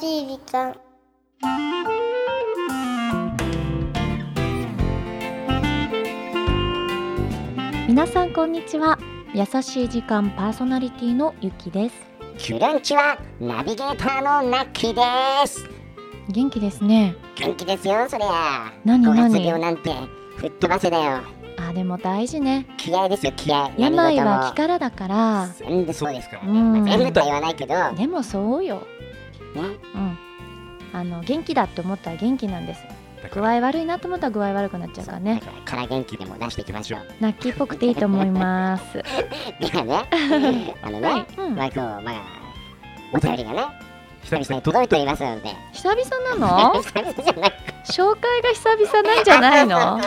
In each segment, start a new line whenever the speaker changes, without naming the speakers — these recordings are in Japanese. しい時間
皆さんこんにちは優しい時間パーソナリティのゆきです
キュレンチはナビゲーターのナッキーです
元気ですね
元気ですよそりゃ
何
五月病
何
なんて吹っ飛ばせだよ
あでも大事ね
気合ですよ気合
病は
は
気からだから
全部そうですからね、
うん
全部とは言わないけどね
でもそうようんあの元気だって思ったら元気なんです
だか
具
ら
合悪いなと思ったら具合悪くなっちゃうからね
だからから元気でも出していきましょう
ナッキーっぽくていいと思い ます
では ねあのね、
はい、うん
まあ今日まあお便りがね
久々にと
届いておりますので
久々なの
久々じゃない
紹介が久々なんじゃない の
ね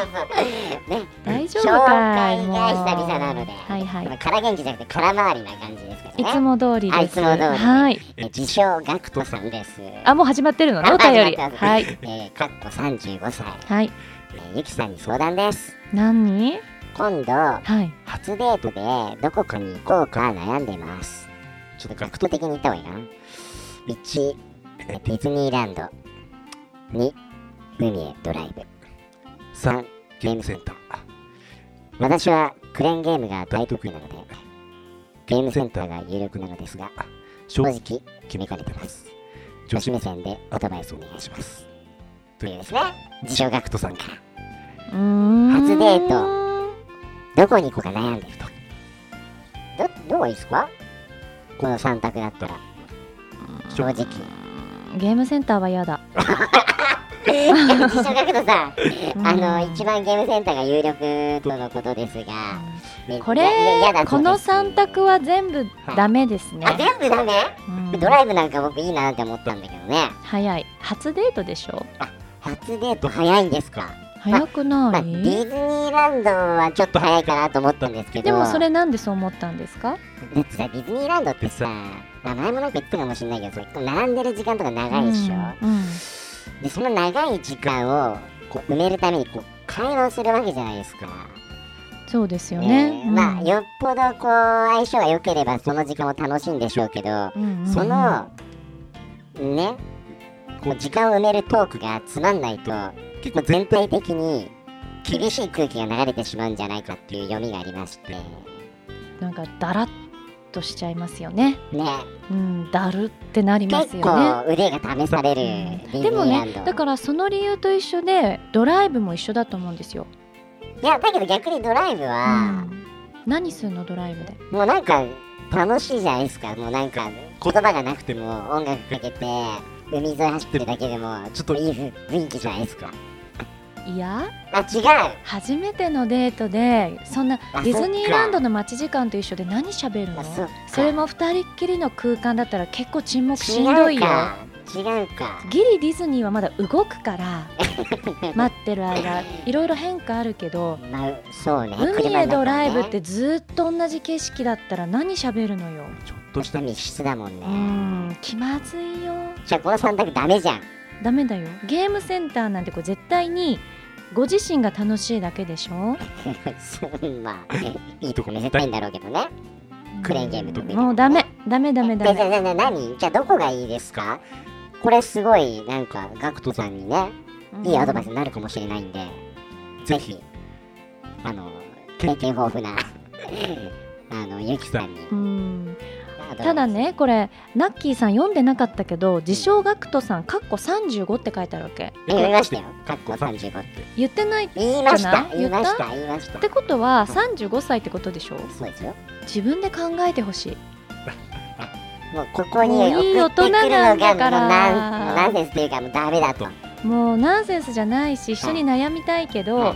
大丈
紹
夫
介
か
が
い
久
もう
々なので、
はいは
まあ
い
から元気じゃなくて空回りな感じですけ
い
どね
つも通りです
あいつも通り
はい
え自称ガクトさんです。
あもう始まってるのねお便り
あ始まってます
はい
えー、かっこ35歳、
はい
えーゆきさんに相談です。
何
今度、
はい
初デートでどこかに行こうか悩んでます。
ちょっ
学
と学徒
徒的に言った方がいいかな。1、えーディズニーランド。2、海へドライブ。
3ゲームセンターあ
私はクレーンゲームが大得意なので、ゲームセンターが有力なのですが、正
正直
直決めかねてます。女
女子
子
目
目
線
線でアドバイスお願いします。というですね、自称学徒さんから。
うーん
初デーどこに行こうか悩んでると。ど、どうですかこの3択だったら。正直。
ゲームセンターは嫌だ
自称学徒さん、あ
うん
の、一番ゲームセンターが有力とのことですが、ね
これ
いやいや嫌だ
こ
そう
の
です
3択は全部ダメですね
あ、全部ダメ
うん
ドライブなんか僕いいなって思ったんだけどね。
早い初デートでしょ
初デート早いんですか
早く
ま
な
あ、ディズ
い
ニーランドはちょっと早いかなと思ったんですけど
でもそれなんでそう思ったんですか
だってさディズニーランドってさ名前もなんか言ったかもしれないけどさ並んでる時間とか長いでしょ、
うんうん
でその長い時間をこう埋めるためにこう会話をするわけじゃないですか、
そうですよ
ね
ね
えまあよっぽどこう相性が良ければその時間も楽しいんでしょうけど、そのねこう時間を埋めるトークがつまんないと
結
も
構
う全
全
体的に厳しい空気が流れてしまうんじゃないかっていう読みがありましてね
なんかだらっとしちゃいますよねうんだるってなります
結
よね
構腕が試されるディズニ
でも
ーラン
ね
ド、
だからその理由と一緒でドライブも一緒だと思うんですよ、
いやだけど逆にドライブ
う
は、
ん、何するのドライブで
もうなんか楽しいじゃないですかもうなんか言葉がなくても音楽かけて海沿い走ってるだけでもちょっといい雰囲気じゃないですか
いや
あ違う
初めてのデートでそんな
あ
ディズニーランド
の
の待ち時間と一緒で何喋るの
あそっか
それも二人っきりの空間だったら結構沈黙しんど
違
いうよ
か違うか
ギリディズニーはまだ動くから 待ってる間いろいろ変化あるけど
まあそうね
海
車の中
へ
ね
ドライブってずっと同じ景色だったら何喋るのよ
ちょっとした
密室だもん
う
ね、
ん気まずいよ
じゃあこの3択ダメじ ゃん
ダメだよゲームセンターなんてこう絶対にご自身が楽しいだけでしょ
そんまあいいとこ見せたいんだろうけどねクレーンゲーム得意だから
もうダメダメダメダ
えじゃ
メ
あじゃあじゃあ何じゃあどこがいいですかこれすごいなんかガクトさんにねいいアドバイスになるかもしれないんで、ぜひ、あの、経験豊富な、 あの、ゆきさんに
うん
アドバイス。
ただねこれナッキーさん読んでなかったけど自称ガクトさんかっこ35って書いてあるわけ
え、言いましたよ。かっこ35って。
言ってないっ
言いまし
じゃ
た
ない
言いました言いました
てことは35歳ってことでしょ
そうですよ。
自分で考えてほしい
もうここに
もう
送
い
ってく
い大
るの
人な
が
ん
も
だ
う
から
なんもうナンセンスっていうかもうダメだと。
もうナンセンスじゃないし一緒に悩みたいけど
は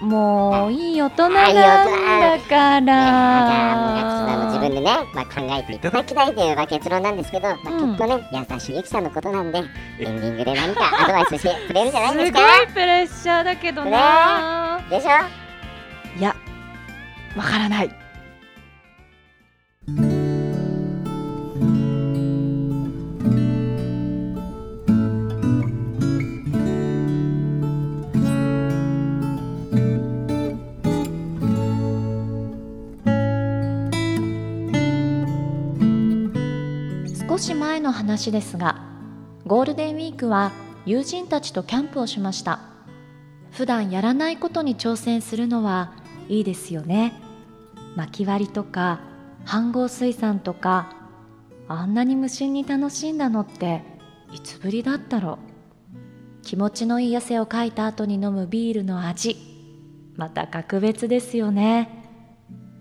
もういい大人なんだか
えーじゃあもうガクトさんも自
ら
分でね、まあ、考えていただきたいというまあ結論なんですけど、まあ、きっ
うん
とね、優しいゆきさんのことなんで、エンディングで何かアドバイスしてくれるんじゃない
すご
で
い
す
プ
か
レッシャーだけどな
でしょ
いやわからない少し前の話ですがゴールデンウィークは友人たちとキャンプをしました普段やらないことに挑戦するのはいいですよね薪割りとか飯合水産とかあんなに無心に楽しんだのっていつぶりだったろう気持ちのいい汗をかいた後に飲むビールの味また格別ですよね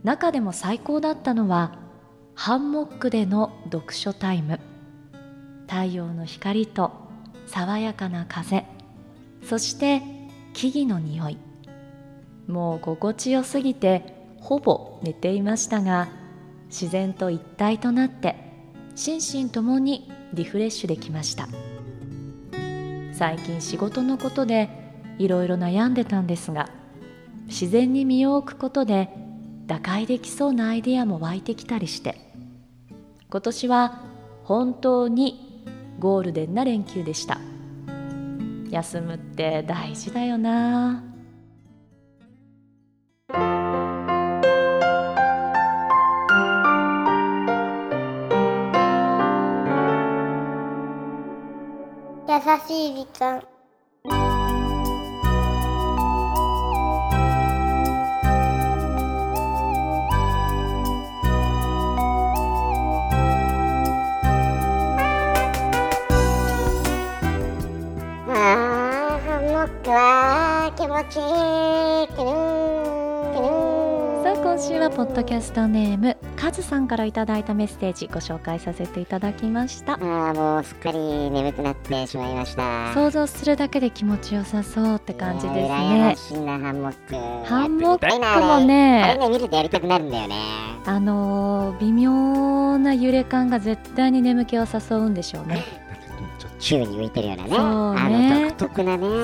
中でも最高だったのはハンモックでの読書タイム太陽の光と爽やかな風そして木々の匂いもう心地よすぎてほぼ寝ていましたが自然と一体となって心身ともにリフレッシュできました最近仕事のことでいろいろ悩んでたんですが自然に身を置くことで打開できそうなアイデアも湧いてきたりして今年は本当にゴールデンな連休でした休むって大事だよな
優しい時間
あー、ハンモックは気持ちいい。てるーん、てるーん
さあ今週はポッドキャストネームカズさんからいただいたメッセージご紹介させていただきました
あー、もうすっかり眠くなってしまいました。
想像するだけで気持ちよさそうって感じです
いやー羨ま
ね
しいな、ハンモック。
ハンモッ
やってみたい
ク
なあ
も
れあ
ね
れね、見るとやりたくなるんだよね。
あのー微妙な揺れ感が絶対に眠気を誘うんでしょうね
なんかうんちょっ
宙に浮いてるようなね。
そうね
あの独特なね。。
そう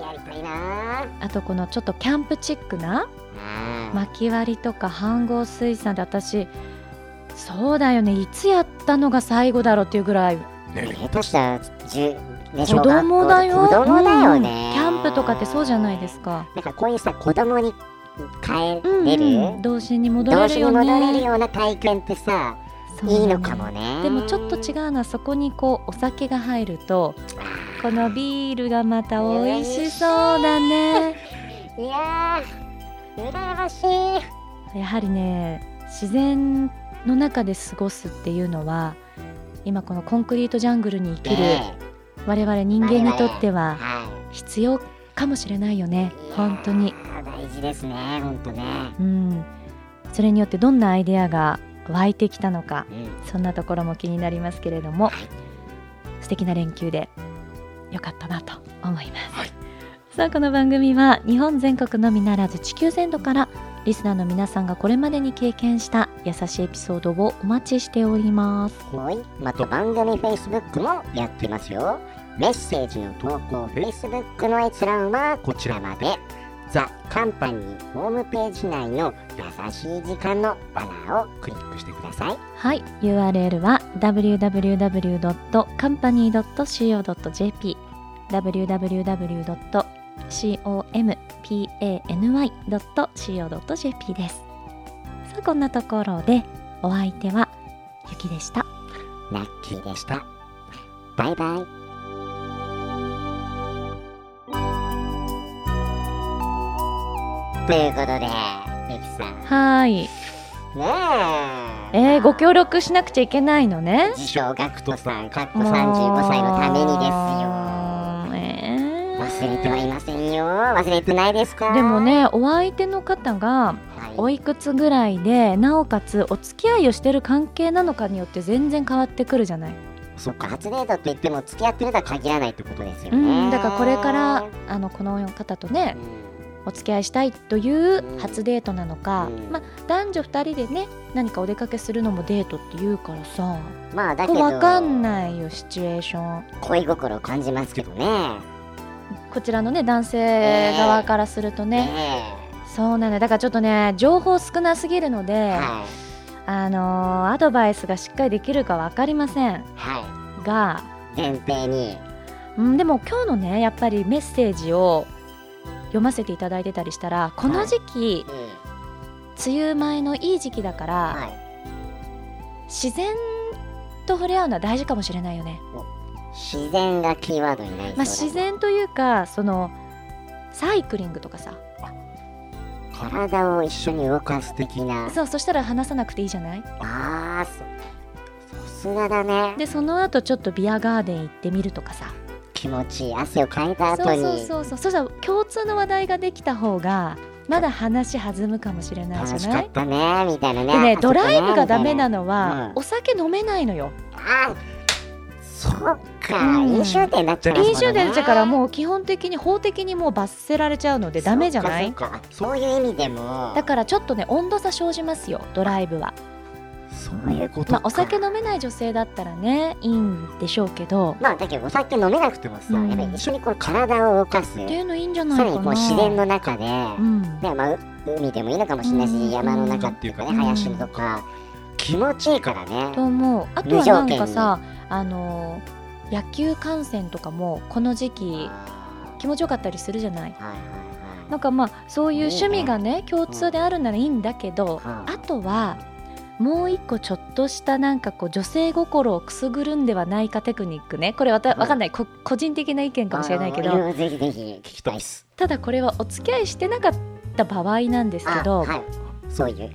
やりたいなー。
あとこのちょっとキャンプチックな
あー
薪割りとか飯合水産で私そうだよねいつやったのが最後だろうっていうぐらい
と
ね
ね
下手したら十ね
子供だよ
小供だよね、
うんキャンプとかってそうじゃないですすか
なんかこういうさ子供に帰
うん
れる、
うん、童心に戻
同
れる
時に
よ
戻
ね
れるような体験ってさ
そうない
い
の
のかもね
でもちょっと違うのはそこにこうお酒が入るとこのビールがまた美味しそうだね
いやー羨ましい
やはりね自然の中で過ごすっていうのは今このコンクリートジャングルに生きる
ねえ
我々人間にとっては
は
必要かもしれないよね
い
本当に
いやー大事ですね本当ね
うんそれによってどんなアイデアが湧いてきたのか
うん
そんなところも気になりますけれども、
はい
素敵な連休で良かったなと思います、
はい
さあこの番組は日本全国のみならず地球全土からリスナーの皆さんがこれまでに経験した優しいエピソードをお待ちしております
ほいまた番組 Facebook もやってますよメッセージの投稿 Facebook の閲覧はこちらまで
ザ
カンパニーホームページ内の優しい時間のバナーをクリックしてください。
はい URL は www.company.co.jp www.company.co.jp ですさあこんなところでお相手はゆきでした
ラッキーでした。
た
バイバイ。ということで、ゆきさん。
はい
ねえ。
えー、ご協力しなくちゃいけないのね
自称ガクトさん、かっこ
もう
35歳のために
え
ですよ。忘れて
ー
はいませんよ。忘れてないですか
でも、ねお相手の方が
はい、
おいくつぐらいでなおかつお付き合いをしてる関係なのかによって全然変わってくるじゃない、
そっか、初デートって言っても付き合ってるとは限らないってことですよ
う
ね。
ん、だからこれからあのこの方とねお付き合いしたいという初デートなのか、
うん
まあ、男女2人でね何かお出かけするのもデートっていうからさ
まあだけど
分かんないよシチュエーション
恋心を感じますけどね。
こちらのね男性側からするとね、そうなのよだからちょっとね情報少なすぎるので、
えはい
あのーアドバイスがしっかりできるか分かりません
は
が、
い前提に
うん、でも今日のねやっぱりメッセージを読ませていただいてたりしたらこの時期、
うん
梅雨前のいい時期だから、
はい
自然と触れ合うのは大事かもしれないよね。
自然がキーワードになりそうだね
まあ、自然というかそのサイクリングとかさ
体を一緒に動かす的な
そうそしたら話さなくていいじゃない
あーそさすがだね
でその後ちょっとビアガーデン行ってみるとかさ
気持ちいい汗をかいた後
そう
に
そうそうそうそうしたら共通の話題ができた方がまだ話弾むかもしれないじ
楽し
ゃ
か
な
っ
い
たねみたいなね
でね
あそ
ド
こね
ライブがダメな
み
の
みたい
は
なうん
お酒飲めないのよ
たいなあそっか、
うん
飲酒運転になっちゃいますもんね
飲酒でだからもう基本的に法的にもう罰せられちゃうのでダメじゃな
そっ
い
かそっかそういう意味でも
だからちょっとね温度差生じますよドライブは、
そういうこと
まあ
か、
お酒飲めない女性だったらねいいんでしょうけど
まあだけどお酒飲めなくてもさ、
うん
やっぱり一緒にこう体を動かす
っていうのいいんじゃない
さ
からな
にこう自然の中で、
うん
でまあう海でもいいのかもしれないし、
うん
山の中っていうかね、
うん
林とか気持ちいいからね
と思うあとはなんかさあの野球観戦とかもこの時期
は
気持ちよかったりするじゃない
いはい
な
は
んかまあそういう趣味がね共通であるならいいんだけど
うん
あとはもう一個ちょっとしたなんかこう女性心をくすぐるんではないかテクニックねこれわた
うん
わかんないこ個人的な意見
い
かもしれないけ
あ
ど
のぜひぜひ聞きたいっす
ただこれはお付き合いしてなかった場合なんですけど
はい、そういうはい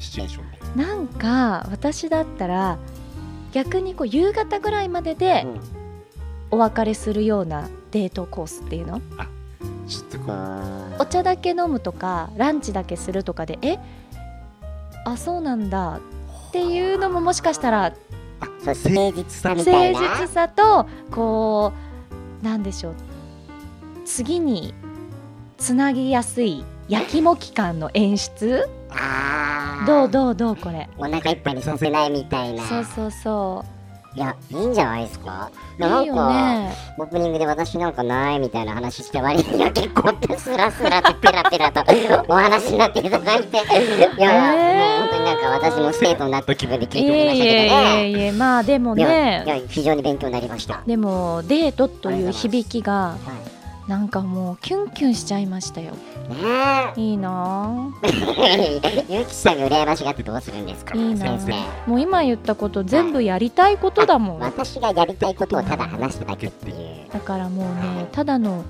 シチュエーションで
なんか私だったら逆にこう夕方ぐらいまでで
うん
お別れするようなデートコースっていうの
ちょっと
こ
こう
う
お茶だけ飲むとかランチだけするとかでえあそうなんだっていうのももしかしたら
そう誠実さみ
誠
たいな
実さとこうなんでしょう次につなぎやすいやきもき感の演出
あー
どうどうどうこれ
お腹いっぱいにさせないみたいな
そうそうそう
いやいいんじゃないですか
いいよね
オープニングで私なんかないみたいな話して割には結構ってスラスラとペラペラと お話になっていただいていや、
えー
もう本当になんか私もステートになった気分で聞い
い
ておりま
えい
したけど
え
ね
いえいえまあでも
いや
ね
いや非常に勉強になりました、はい、
でもデートという響きがなんかもうキュンキュンしちゃいましたよ
ね
いいなぁ
えゆうきさんに羨ましがってどうするんですか
いいな
先生
もう今言ったこと全部やりたいことだもん
私がやりたいことをただ話しただけっていう
だからもうねただの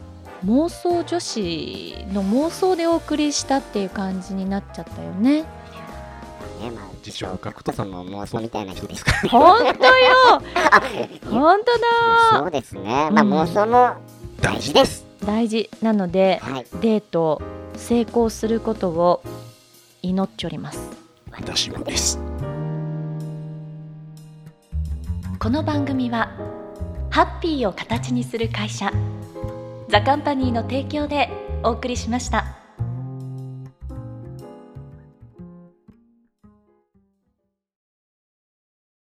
妄想女子の妄想でお送りしたっていう感じになっちゃったよね
ねまあ
自称
角田さんも妄想みたいな人ですか
ほんと よ
あ
ほんとだ
そうですねまあ
うん
妄想も大事です
大事なので
はい
デート成功することを祈っております
私もです
この番組はハッピーを形にする会社ザカンパニーの提供でお送りしました。